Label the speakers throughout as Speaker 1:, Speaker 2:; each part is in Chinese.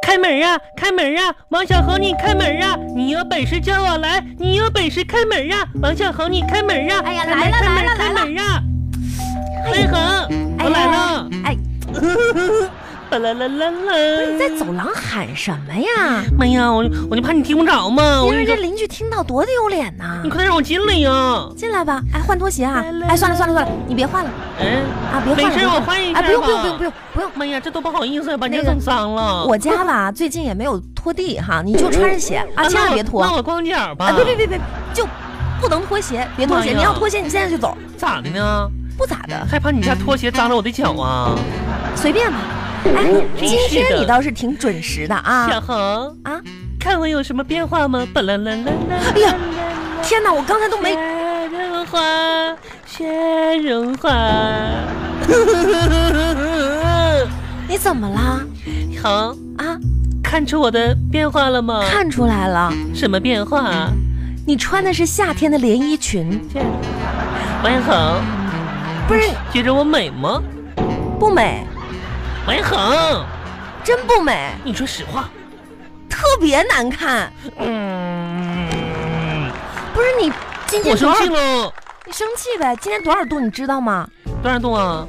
Speaker 1: 开门啊，开门啊！王小红，你开门啊！你有本事叫我来，你有本事开门啊！王小红，你开门啊！
Speaker 2: 哎呀
Speaker 1: 开门
Speaker 2: 来了
Speaker 1: 开门
Speaker 2: 来了
Speaker 1: 开
Speaker 2: 来了
Speaker 1: 门啊！飞恒，我来了！
Speaker 2: 哎，
Speaker 1: 巴啦啦啦
Speaker 2: 你在
Speaker 1: 啦！
Speaker 2: 走廊喊什么呀？
Speaker 1: 妈呀，我我就怕你听不着嘛！
Speaker 2: 别
Speaker 1: 嗯我跟
Speaker 2: 让人
Speaker 1: 你
Speaker 2: 家
Speaker 1: 说，
Speaker 2: 邻居听到多丢脸呐
Speaker 1: 你！快点让我进来呀！
Speaker 2: 进来吧，哎，换拖鞋啊
Speaker 1: 来来！
Speaker 2: 哎，算了算了算了，你别换了
Speaker 1: 哎，
Speaker 2: 啊，别换了，
Speaker 1: 没事，
Speaker 2: 别
Speaker 1: 我
Speaker 2: 换了
Speaker 1: 换一下
Speaker 2: 哎，
Speaker 1: 吧。
Speaker 2: 不用不用不用不用不用，
Speaker 1: 妈呀，这多不好意思呀，把你
Speaker 2: 那
Speaker 1: 家
Speaker 2: 个
Speaker 1: 弄脏了。
Speaker 2: 我家吧最近也没有拖地哈，你就穿着鞋啊，
Speaker 1: 嗯那
Speaker 2: 千万
Speaker 1: 我
Speaker 2: 别
Speaker 1: 那
Speaker 2: 脱，
Speaker 1: 我光脚吧。
Speaker 2: 哎，别别别别，就不能脱鞋，别脱鞋，
Speaker 1: 妈呀
Speaker 2: 你要脱鞋你现在就走，
Speaker 1: 咋的呢？
Speaker 2: 不咋的，
Speaker 1: 害怕你家拖鞋脏了我的脚啊？
Speaker 2: 随便吧。哎，
Speaker 1: 真
Speaker 2: 今
Speaker 1: 是
Speaker 2: 天
Speaker 1: 的
Speaker 2: 你倒是挺准时的啊
Speaker 1: 小红，
Speaker 2: 啊！
Speaker 1: 看我有什么变化吗？巴啦啦啦啦！
Speaker 2: 哎呀，天哪，我刚才都没
Speaker 1: 雪绒花，雪绒 花。
Speaker 2: 你怎么啦？
Speaker 1: 好，
Speaker 2: 啊，
Speaker 1: 看出我的变化了吗？
Speaker 2: 看出来了，
Speaker 1: 什么变化啊？
Speaker 2: 你穿的是夏天的连衣裙，
Speaker 1: 这王一恒，
Speaker 2: 不是
Speaker 1: 觉着我美吗？
Speaker 2: 不美，
Speaker 1: 王一恒，
Speaker 2: 真不美，
Speaker 1: 你说实话。
Speaker 2: 特别难看。
Speaker 1: 嗯，
Speaker 2: 不是你今天
Speaker 1: 我
Speaker 2: 多
Speaker 1: 生
Speaker 2: 少
Speaker 1: 气？了。
Speaker 2: 你生气呗？今天多少度你知道吗？
Speaker 1: 多少度啊？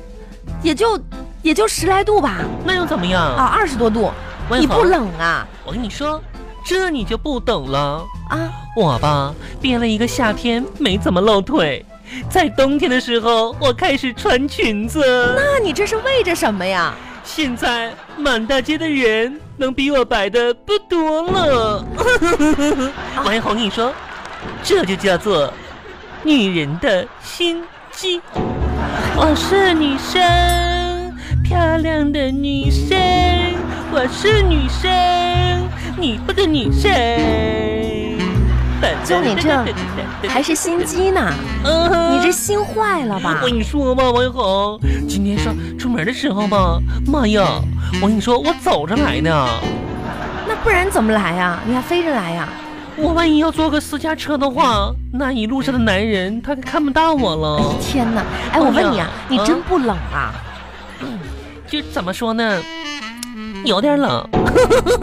Speaker 2: 也就也就十来度吧，
Speaker 1: 那又怎么样？
Speaker 2: 啊，二十多度，
Speaker 1: 温
Speaker 2: 你
Speaker 1: 恒
Speaker 2: 不冷啊？
Speaker 1: 我跟你说，这你就不懂了。
Speaker 2: 啊，
Speaker 1: 我吧，憋了一个夏天没怎么露腿，在冬天的时候我开始穿裙子。
Speaker 2: 那你这是为着什么呀？
Speaker 1: 现在满大街的人能比我白的不多了。 王一红，你说，这就叫做女人的心机。我是女生，漂亮的女生，我是女生，你不是女生。
Speaker 2: 就你这还是心机呢？
Speaker 1: 嗯
Speaker 2: 你这心坏了吧
Speaker 1: 我？跟你说吧，王一恒，今天上出门的时候吧，妈呀！我跟你说，我走着来呢，
Speaker 2: 那不然怎么来呀？你还飞着来呀？
Speaker 1: 我万一要坐个私家车的话，那一路上的男人他看不到我了。
Speaker 2: 天哪！哎，我问你啊，
Speaker 1: 哎
Speaker 2: 你
Speaker 1: 呀
Speaker 2: 真不冷啊？
Speaker 1: 就怎么说呢，有点冷，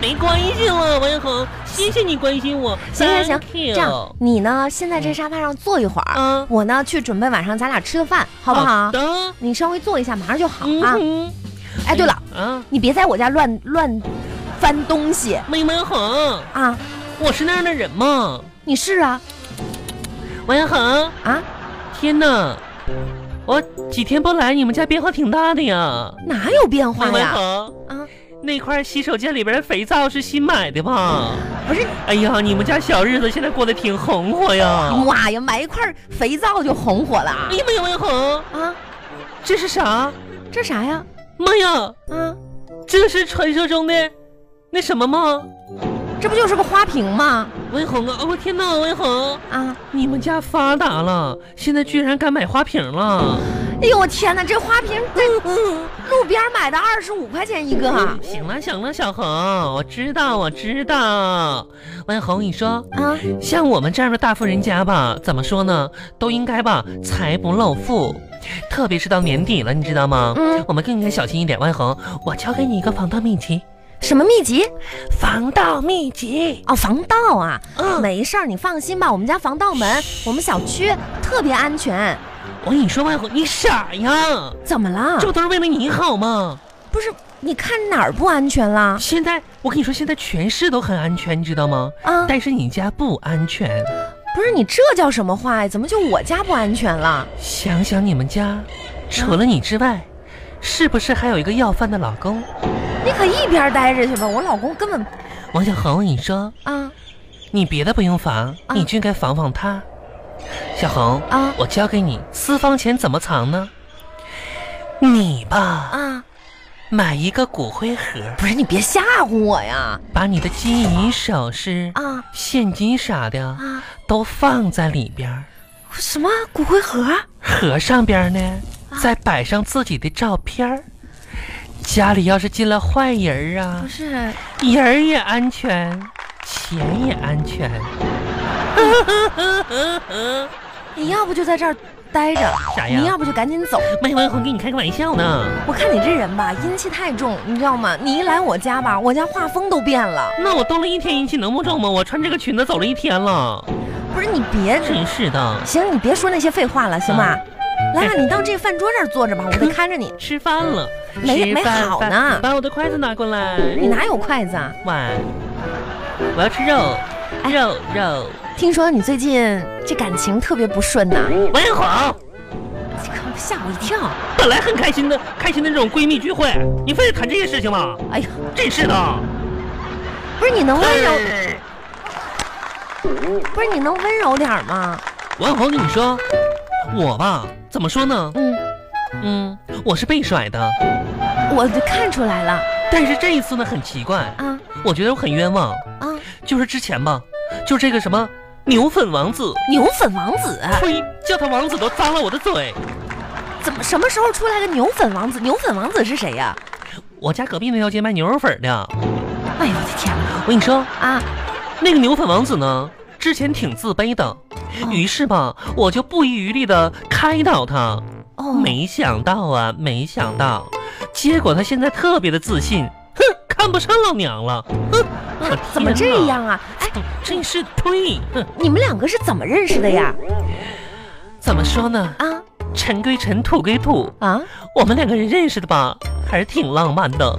Speaker 1: 没关系了，王一恒，谢谢你关心我。
Speaker 2: 行行行，
Speaker 1: 哦 Thank
Speaker 2: 这
Speaker 1: you
Speaker 2: 样你呢？现在在沙发上坐一会儿，
Speaker 1: 嗯
Speaker 2: 我呢去准备晚上咱俩吃的饭，好不好？
Speaker 1: 的，
Speaker 2: 你稍微坐一下，马上就好
Speaker 1: 嗯
Speaker 2: 啊！
Speaker 1: 哼，
Speaker 2: 哎，对了，
Speaker 1: 啊，
Speaker 2: 你别在我家乱乱翻东西
Speaker 1: 没王一恒，
Speaker 2: 啊！
Speaker 1: 我是那样的人吗？
Speaker 2: 你是啊
Speaker 1: 王一恒。
Speaker 2: 啊？
Speaker 1: 天哪，我几天不来，你们家变化挺大的呀。
Speaker 2: 哪有变化
Speaker 1: 王文
Speaker 2: 呀？
Speaker 1: 恒，
Speaker 2: 啊，
Speaker 1: 那块洗手间里边的肥皂是新买的吧？
Speaker 2: 不是，
Speaker 1: 哎呀，你们家小日子现在过得挺红火呀。
Speaker 2: 妈呀，买一块肥皂就红火了啊
Speaker 1: 哎呀妈呀，王文恒，
Speaker 2: 啊！
Speaker 1: 这是啥？
Speaker 2: 这啥呀？
Speaker 1: 妈呀，
Speaker 2: 啊，
Speaker 1: 这是传说中的那什么吗？
Speaker 2: 这不就是个花瓶吗？
Speaker 1: 文恒啊，我天哪，文恒，
Speaker 2: 啊！
Speaker 1: 你们家发达了，现在居然敢买花瓶了。
Speaker 2: 哎呦我天哪，这花瓶在
Speaker 1: 嗯
Speaker 2: 路边买的，二十五块钱一个啊！
Speaker 1: 哎行了行了，小恒，我知道我知道。文恒，你说
Speaker 2: 啊
Speaker 1: 像我们这样的大富人家吧，怎么说呢，都应该吧，财不露富，特别是到年底了，你知道吗？
Speaker 2: 嗯
Speaker 1: 我们更应该小心一点。万恒，我教给你一个防盗秘籍，
Speaker 2: 什么秘籍？
Speaker 1: 防盗秘籍。
Speaker 2: 哦，防盗啊，
Speaker 1: 嗯
Speaker 2: 没事儿，你放心吧，我们家防盗门，我们小区特别安全。
Speaker 1: 我跟你说，万恒，你傻呀，
Speaker 2: 怎么了？
Speaker 1: 这不都是为了你好吗？
Speaker 2: 不是你看哪儿不安全啦？
Speaker 1: 现在我跟你说，现在全市都很安全，你知道吗？
Speaker 2: 啊，
Speaker 1: 但是你家不安全，
Speaker 2: 不是你这叫什么话呀？怎么就我家不安全了？
Speaker 1: 想想你们家，除了你之外，是不是还有一个要饭的老公？
Speaker 2: 你可一边待着去吧，我老公根本
Speaker 1: 王小恒，你说。
Speaker 2: 啊
Speaker 1: 你别的不用防，
Speaker 2: 啊
Speaker 1: 你就应该防防他。小红，
Speaker 2: 啊
Speaker 1: 我教给你私房钱怎么藏呢？你吧，
Speaker 2: 啊！
Speaker 1: 买一个骨灰盒，
Speaker 2: 不是你别吓唬我呀！
Speaker 1: 把你的金银首饰、
Speaker 2: 啊
Speaker 1: 现金啥的
Speaker 2: 啊，
Speaker 1: 都放在里边儿，
Speaker 2: 什么骨灰盒？
Speaker 1: 盒上边儿
Speaker 2: 啊
Speaker 1: 呢再摆上自己的照片儿。家里要是进了坏人儿啊
Speaker 2: 不，是，
Speaker 1: 人儿也安全，钱也安全。
Speaker 2: 你要不就在这儿待着。
Speaker 1: 啥呀
Speaker 2: 你要不就赶紧走。
Speaker 1: 没哎王一红跟你开个玩笑呢。
Speaker 2: 我看你这人吧，阴气太重，你知道吗？你一来我家吧，我家画风都变了。
Speaker 1: 那我动了一天阴气能不重吗？我穿这个裙子走了一天了，
Speaker 2: 不是你别，
Speaker 1: 真是的。
Speaker 2: 行，你别说那些废话了，行吧？
Speaker 1: 啊
Speaker 2: 兰兰，你到这个饭桌这儿坐着吧，我得看着你。
Speaker 1: 吃饭了，
Speaker 2: 没
Speaker 1: 吃饭
Speaker 2: 没好呢
Speaker 1: 饭把我的筷子拿过来。
Speaker 2: 你哪有筷子啊？
Speaker 1: 碗，我要吃肉，肉肉。
Speaker 2: 听说你最近这感情特别不顺呐、
Speaker 1: 王一红，
Speaker 2: 这可吓我一跳。
Speaker 1: 本来很开心的，开心的这种闺蜜聚会，你非得谈这些事情吗？
Speaker 2: 哎呀，
Speaker 1: 真是的。
Speaker 2: 不是你能温柔，
Speaker 1: 哎
Speaker 2: 不是你能温柔点儿吗？
Speaker 1: 王一红，跟你说，我吧，怎么说呢？
Speaker 2: 嗯，
Speaker 1: 嗯，我是被甩的，
Speaker 2: 我就看出来了
Speaker 1: 但是这一次呢，很奇怪，
Speaker 2: 啊
Speaker 1: 我觉得我很冤枉。
Speaker 2: 啊！
Speaker 1: 就是之前吧，就这个什么牛粉王子，
Speaker 2: 牛粉王子
Speaker 1: 呸，叫他王子都脏了我的嘴。
Speaker 2: 怎么什么时候出来个牛粉王子？牛粉王子是谁呀、
Speaker 1: 我家隔壁那条街卖牛肉粉的，
Speaker 2: 哎呦我的天哪！
Speaker 1: 我跟你说，
Speaker 2: 啊，
Speaker 1: 那个牛粉王子呢，之前挺自卑的，于是吧，我就不遗余力的开导他。
Speaker 2: 哦，
Speaker 1: 没想到啊，没想到，结果他现在特别的自信，哼，看不上老娘了，哼，我
Speaker 2: 嗯怎么
Speaker 1: 天
Speaker 2: 这
Speaker 1: 哪？
Speaker 2: 样啊？哎，
Speaker 1: 真是呸！哼，
Speaker 2: 你们两个是怎么认识的呀？
Speaker 1: 怎么说呢？
Speaker 2: 啊
Speaker 1: 尘归尘，土归土，
Speaker 2: 啊！
Speaker 1: 我们两个人认识的吧，还是挺浪漫的。
Speaker 2: 啊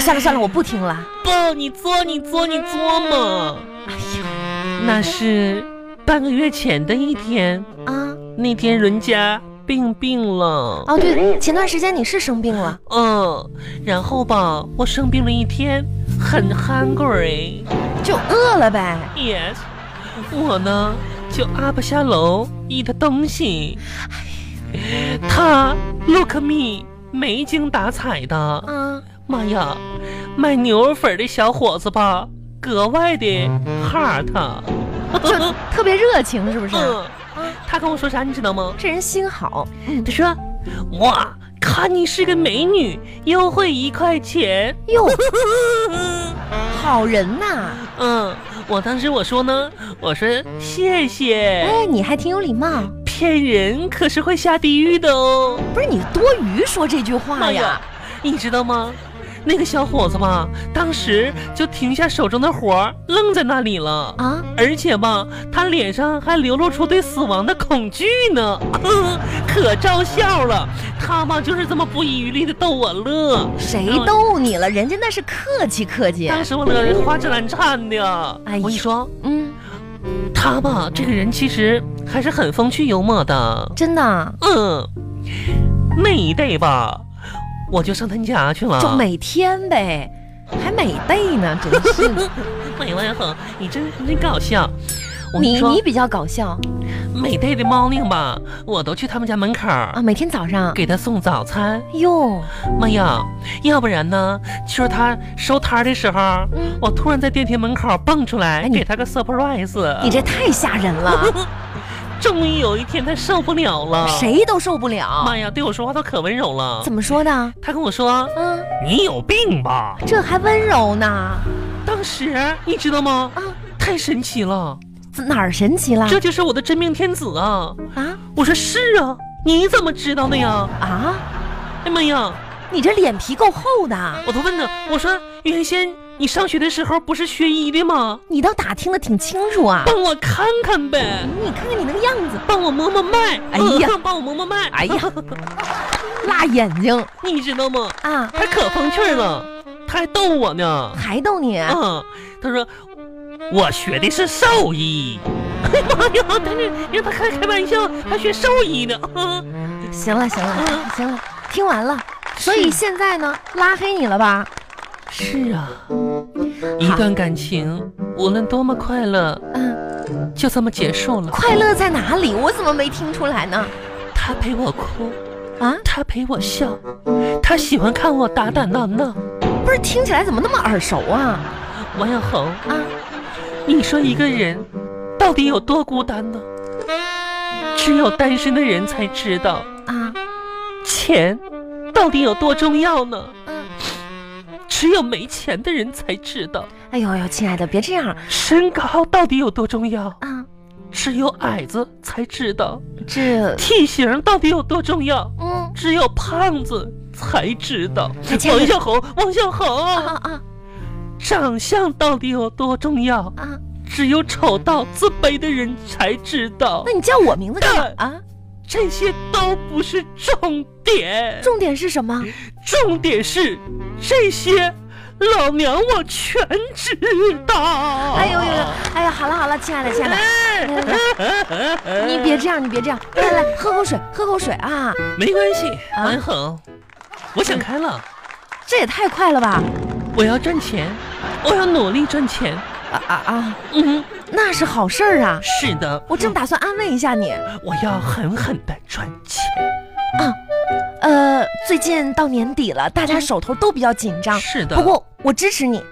Speaker 2: 算了算了，我不听了。
Speaker 1: 不，你作你作你作嘛！
Speaker 2: 哎呀
Speaker 1: 那是半个月前的一天，
Speaker 2: 啊
Speaker 1: 那天人家病病了，
Speaker 2: 哦对，前段时间你是生病了，
Speaker 1: 嗯，然后吧，我生病了一天，很 hungry。
Speaker 2: 就饿了呗。
Speaker 1: Yes，我呢就阿不下楼 eat 东西，他 look me 没精打采的。
Speaker 2: 啊，
Speaker 1: 妈呀，卖牛肉粉的小伙子吧，格外的 hard。啊
Speaker 2: 嗯就特别热情，是不是？
Speaker 1: 嗯，他跟我说啥你知道吗？
Speaker 2: 这人心好，
Speaker 1: 他说，哇，看你是个美女，优惠一块钱。
Speaker 2: 哟，好人呐！
Speaker 1: 嗯，我当时我说呢，我说谢谢，
Speaker 2: 哎，你还挺有礼貌。
Speaker 1: 骗人可是会下地狱的哦。
Speaker 2: 不是你多余说这句话
Speaker 1: 妈
Speaker 2: 呀
Speaker 1: 呀！，你知道吗？那个小伙子吧，当时就停下手中的活儿，愣在那里了。
Speaker 2: 啊，
Speaker 1: 而且吧，他脸上还流露出对死亡的恐惧呢， 可招笑了。他吧就是这么不遗余力的逗我乐，
Speaker 2: 谁逗你了？人家那是客气客气。
Speaker 1: 当时我乐得花枝乱颤的。
Speaker 2: 哎呦
Speaker 1: 我跟你说，
Speaker 2: 嗯，
Speaker 1: 他吧这个人其实还是很风趣幽默的。
Speaker 2: 真的，
Speaker 1: 嗯，那一day 吧，我就上他家去了。
Speaker 2: 就每天呗，还美 背呢，真是的。
Speaker 1: 美文恒，你真你真搞笑。我跟
Speaker 2: 你
Speaker 1: 说
Speaker 2: 你，比较搞笑
Speaker 1: 每 day 的 morning 吧，我都去他们家门口儿
Speaker 2: 啊，每天早上，
Speaker 1: 给他送早餐。
Speaker 2: 哟，
Speaker 1: 妈哎呀，要不然呢？就是他收摊儿的时候，
Speaker 2: 嗯
Speaker 1: 我突然在电梯门口蹦出来，
Speaker 2: 哎你
Speaker 1: 给他个 surprise。
Speaker 2: 你这太吓人了，
Speaker 1: 终于有一天他受不了了。？
Speaker 2: 谁都受不了。
Speaker 1: 啊妈呀，对我说话都可温柔了
Speaker 2: 怎。么说的？
Speaker 1: 他跟我说
Speaker 2: 嗯，：“
Speaker 1: 你有病吧
Speaker 2: 这还温柔呢？”
Speaker 1: 当时你知道吗？
Speaker 2: 啊，
Speaker 1: 太神奇了，
Speaker 2: 怎哪儿神奇了？
Speaker 1: 这就是我的真命天子啊！
Speaker 2: 啊
Speaker 1: 我说是啊，你怎么知道的呀？
Speaker 2: 啊！
Speaker 1: 哎妈呀，
Speaker 2: 你这脸皮够厚的，
Speaker 1: 我都问他，我说原先你上学的时候不是学医的吗？
Speaker 2: 你倒打听的挺清楚啊。
Speaker 1: 帮我看看呗。
Speaker 2: 你看看你那个样子，
Speaker 1: 帮我摸摸脉，
Speaker 2: 哎呀
Speaker 1: 呃帮我摸摸脉，
Speaker 2: 哎呀， 辣眼睛
Speaker 1: 你知道吗？
Speaker 2: 啊，
Speaker 1: 他可风趣了，他还逗我呢。
Speaker 2: 还逗你。
Speaker 1: 嗯，他说我学的是兽医。 哎呀妈呀，他这让他开开玩笑，还学兽医呢。 嗯
Speaker 2: 行了行了
Speaker 1: 嗯
Speaker 2: 行了，听完了。所以现在呢，拉黑你了吧？
Speaker 1: 是啊，一段感情无论多么快乐，
Speaker 2: 嗯，
Speaker 1: 就这么结束了。
Speaker 2: 快乐在哪里？我怎么没听出来呢？
Speaker 1: 他陪我哭，
Speaker 2: 啊，
Speaker 1: 他陪我笑，他喜欢看我打打闹闹。
Speaker 2: 不是，听起来怎么那么耳熟啊？
Speaker 1: 王小红，
Speaker 2: 啊，
Speaker 1: 你说一个人到底有多孤单呢？只有单身的人才知道
Speaker 2: 啊，
Speaker 1: 钱到底有多重要呢。
Speaker 2: 嗯，
Speaker 1: 只有没钱的人才知道
Speaker 2: 哎哎呦呦，亲爱的，别这样
Speaker 1: 身高到底有多重要。
Speaker 2: 啊！
Speaker 1: 只有矮子才知道
Speaker 2: 这，
Speaker 1: 体型到底有多重要，
Speaker 2: 嗯，
Speaker 1: 只有胖子才知道。
Speaker 2: 哎亲爱的
Speaker 1: 王小红，王小
Speaker 2: 啊
Speaker 1: 红，
Speaker 2: 啊
Speaker 1: 长相到底有多重要，
Speaker 2: 啊！
Speaker 1: 只有丑到自卑的人才知道
Speaker 2: 那。你叫我名字干嘛啊？
Speaker 1: 这些都不是重点，
Speaker 2: 重点是什么？
Speaker 1: 重点是这些，老娘我全知道。
Speaker 2: 哎呦呦呦！哎呀，好了好了，亲爱的亲爱的，来来来，你别这样，你别这样，来来，喝口水，喝口水啊！
Speaker 1: 没关系，
Speaker 2: 啊
Speaker 1: 王红，我想开了，
Speaker 2: 这也太快了吧！
Speaker 1: 我要赚钱，我要努力赚钱。
Speaker 2: 啊啊啊！
Speaker 1: 嗯，
Speaker 2: 那是好事儿啊！
Speaker 1: 是的，
Speaker 2: 我正打算安慰一下你。
Speaker 1: 我要狠狠的赚钱。
Speaker 2: 呃，最近到年底了，大家手头都比较紧张，
Speaker 1: 是的，
Speaker 2: 不过我支持你。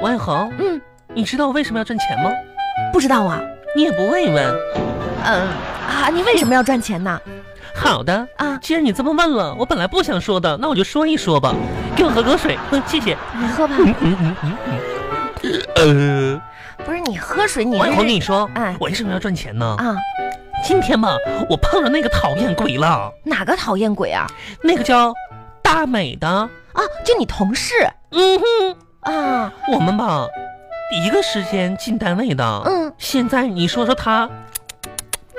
Speaker 1: 王红，
Speaker 2: 嗯，
Speaker 1: 你知道我为什么要赚钱吗？
Speaker 2: 不知道啊，
Speaker 1: 你也不问一问。
Speaker 2: 嗯啊，你为什么要赚钱呢？
Speaker 1: 好的，
Speaker 2: 啊，
Speaker 1: 既然你这么问了，我本来不想说的，那我就说一说吧。给我喝口水，嗯，谢谢。
Speaker 2: 你喝吧。
Speaker 1: 嗯嗯嗯嗯嗯。
Speaker 2: 不是你喝水，你
Speaker 1: 呃，王红，跟你说，
Speaker 2: 哎
Speaker 1: 我为什么要赚钱呢？
Speaker 2: 啊，
Speaker 1: 今天吧，我碰着那个讨厌鬼了，
Speaker 2: 哪个讨厌鬼啊？
Speaker 1: 那个叫大美的。
Speaker 2: 啊，就你同事
Speaker 1: 嗯哼，
Speaker 2: 啊，
Speaker 1: 我们吧，一个时间进单位的。
Speaker 2: 嗯，
Speaker 1: 现在你说说他，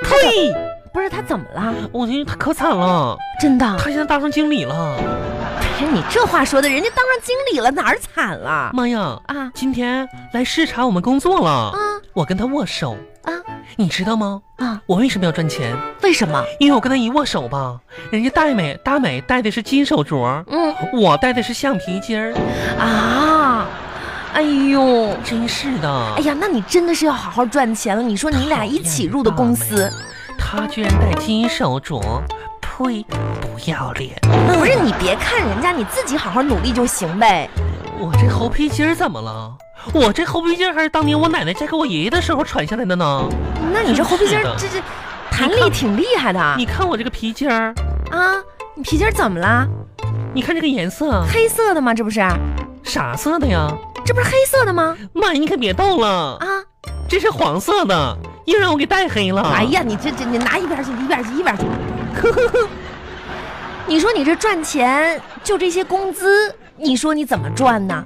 Speaker 2: 他怎
Speaker 1: 呸！
Speaker 2: 不是他怎么嗯了？
Speaker 1: 我觉得他可惨了，
Speaker 2: 真的，
Speaker 1: 他现在当上经理了。
Speaker 2: 哎，你这话说的，人家当上经理了，哪儿惨了？
Speaker 1: 妈呀，
Speaker 2: 啊
Speaker 1: 今天来视察我们工作了，
Speaker 2: 啊
Speaker 1: 我跟他握手，
Speaker 2: 啊
Speaker 1: 你知道吗？
Speaker 2: 啊！
Speaker 1: 我为什么要赚钱？
Speaker 2: 为什么？
Speaker 1: 因为我跟他一握手吧，人家大美大美戴的是金手镯，
Speaker 2: 嗯
Speaker 1: 我戴的是橡皮筋儿，
Speaker 2: 啊，哎呦，
Speaker 1: 真是的。
Speaker 2: 哎呀，那你真的是要好好赚钱了。你说你俩一起入的公司，
Speaker 1: 他居然戴金手镯，呸！不要脸！
Speaker 2: 不是你别看人家，你自己好好努力就行呗。
Speaker 1: 我这猴皮筋儿怎么了？我这猴皮筋儿还是当年我奶奶嫁给我爷爷的时候传下来的呢。
Speaker 2: 那你这猴皮筋儿
Speaker 1: 是的
Speaker 2: 这这弹力挺厉害的啊！
Speaker 1: 你看我这个皮筋儿，
Speaker 2: 啊，你皮筋儿怎么啦？
Speaker 1: 你看这个颜色，
Speaker 2: 黑色的吗？这不是？
Speaker 1: 啥色的呀？
Speaker 2: 这不是黑色的吗？
Speaker 1: 妈，你可别逗了，
Speaker 2: 啊！
Speaker 1: 这是黄色的，又让我给带黑了。
Speaker 2: 哎，呀，你这这你拿一边儿去，一边儿去，一边儿去。你说你这赚钱就这些工资，你说你怎么赚呢？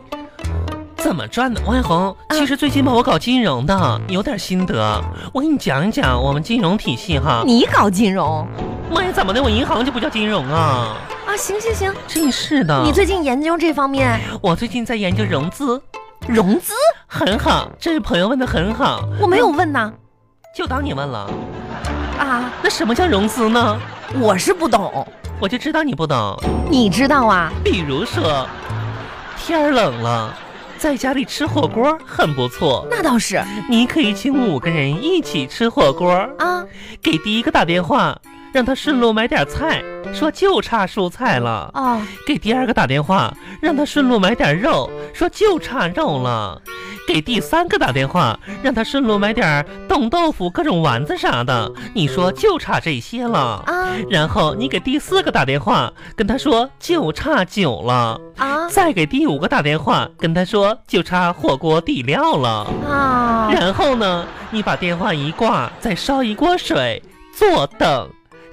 Speaker 1: 怎么赚的？王爱红，
Speaker 2: 嗯
Speaker 1: 其实最近吧，我搞金融的，有点心得。我给你讲一讲我们金融体系哈。
Speaker 2: 你搞金融
Speaker 1: 妈呀，怎么的？我银行就不叫金融啊？
Speaker 2: 啊？行行行，
Speaker 1: 真是的。
Speaker 2: 你最近研究这方面
Speaker 1: 我最近在研究融资，
Speaker 2: 融资，
Speaker 1: 很好，这位朋友问的很好，
Speaker 2: 我没有问呐
Speaker 1: 就当你问了。
Speaker 2: 啊，
Speaker 1: 那什么叫融资呢？
Speaker 2: 我是不懂，
Speaker 1: 我就知道你不懂。
Speaker 2: 你知道啊？
Speaker 1: 比如说，天儿冷了，在家里吃火锅很不错，
Speaker 2: 那倒是
Speaker 1: 你可以请五个人一起吃火锅，
Speaker 2: 啊，
Speaker 1: 给第一个打电话，让他顺路买点菜，说就差蔬菜了；
Speaker 2: 哦，
Speaker 1: 给第二个打电话，让他顺路买点肉，说就差肉了；给第三个打电话，让他顺路买点冻豆腐、各种丸子啥的，你说就差这些了。
Speaker 2: 啊
Speaker 1: 然后你给第四个打电话，跟他说就差酒了；
Speaker 2: 啊
Speaker 1: 再给第五个打电话，跟他说就差火锅底料了。
Speaker 2: 啊！
Speaker 1: 然后呢，你把电话一挂，再烧一锅水，坐等，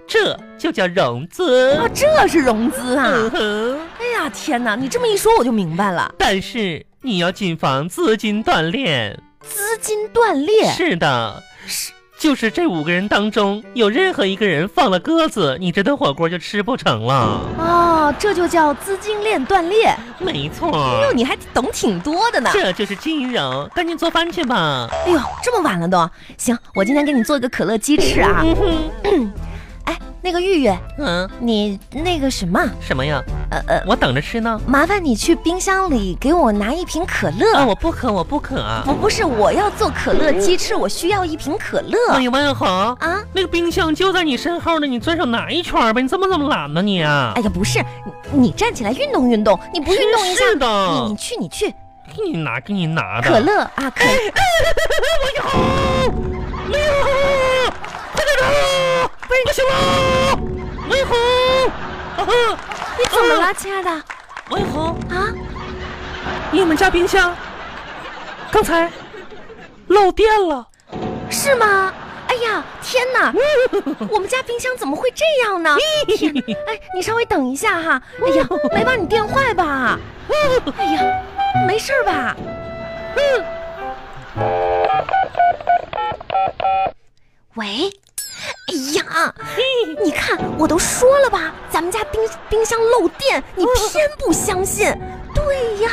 Speaker 1: 这就叫融资。
Speaker 2: 啊，这是融资啊！
Speaker 1: 嗯哼。
Speaker 2: 哎呀，天哪，你这么一说我就明白了，
Speaker 1: 但是你要谨防资金断裂。
Speaker 2: 资金断裂
Speaker 1: 是的，
Speaker 2: 是
Speaker 1: 就是这五个人当中有任何一个人放了鸽子，你这顿火锅就吃不成了。
Speaker 2: 哦，这就叫资金链断裂。
Speaker 1: 没
Speaker 2: 哎呦，
Speaker 1: 错，
Speaker 2: 你还懂挺多的呢。
Speaker 1: 这就是金融，赶紧做饭去吧。
Speaker 2: 哎呦，这么晚了都，行，我今天给你做一个可乐鸡翅啊。
Speaker 1: 嗯哼，
Speaker 2: 哎，那个玉玉，
Speaker 1: 嗯，
Speaker 2: 你那个什么，
Speaker 1: 什么呀？
Speaker 2: 呃呃，
Speaker 1: 我等着吃呢。
Speaker 2: 麻烦你去冰箱里给我拿一瓶可
Speaker 1: 啊，
Speaker 2: 乐。
Speaker 1: 我不渴，我不渴啊。
Speaker 2: 不不是，我要做可乐鸡翅，我需要一瓶可
Speaker 1: 哎
Speaker 2: 乐
Speaker 1: 呀，王小红，
Speaker 2: 啊。
Speaker 1: 那个冰箱就在你身后呢，你遵手拿一圈呗。你怎么这么懒呢你啊？
Speaker 2: 哎呀，不是，你你站起来运动运动，你不运动一下，
Speaker 1: 真是
Speaker 2: 你
Speaker 1: 的
Speaker 2: 你，去你去，
Speaker 1: 给你拿，给你拿的。
Speaker 2: 可乐啊可乐。
Speaker 1: 哦没有，啊快点的，不不行了，文红，啊哈，
Speaker 2: 你怎么了，亲爱的？
Speaker 1: 文红，
Speaker 2: 啊，
Speaker 1: 你们家冰箱刚才漏电了，
Speaker 2: 是吗？哎呀，呀，天哪！ 我们家冰箱怎么会这样呢？天，哎，你稍微等一下哈。哎呀，没把你电坏吧？哎呀，没事儿吧？嗯。喂，哎呀，你看，我都说了吧，咱们家冰冰箱漏电，你偏不相信。对呀，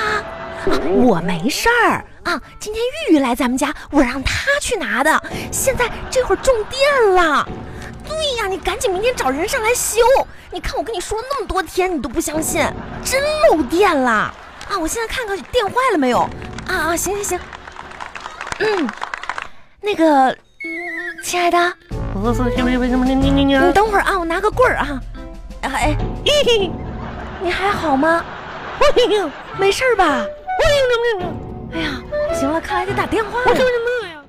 Speaker 2: 啊，我没事儿啊。今天玉玉来咱们家，我让她去拿的。现在这会儿中电了。对呀，你赶紧明天找人上来修。你看我跟你说那么多天，你都不相信，真漏电了啊！我现在看看电坏了没有。啊啊，行行行，嗯，那个，亲爱的，
Speaker 1: 我说什么什么什么你你你
Speaker 2: 你等会儿啊，我拿个棍儿啊。啊哎，你还好吗？没事儿吧？哎呀，行了，看来得打电话了。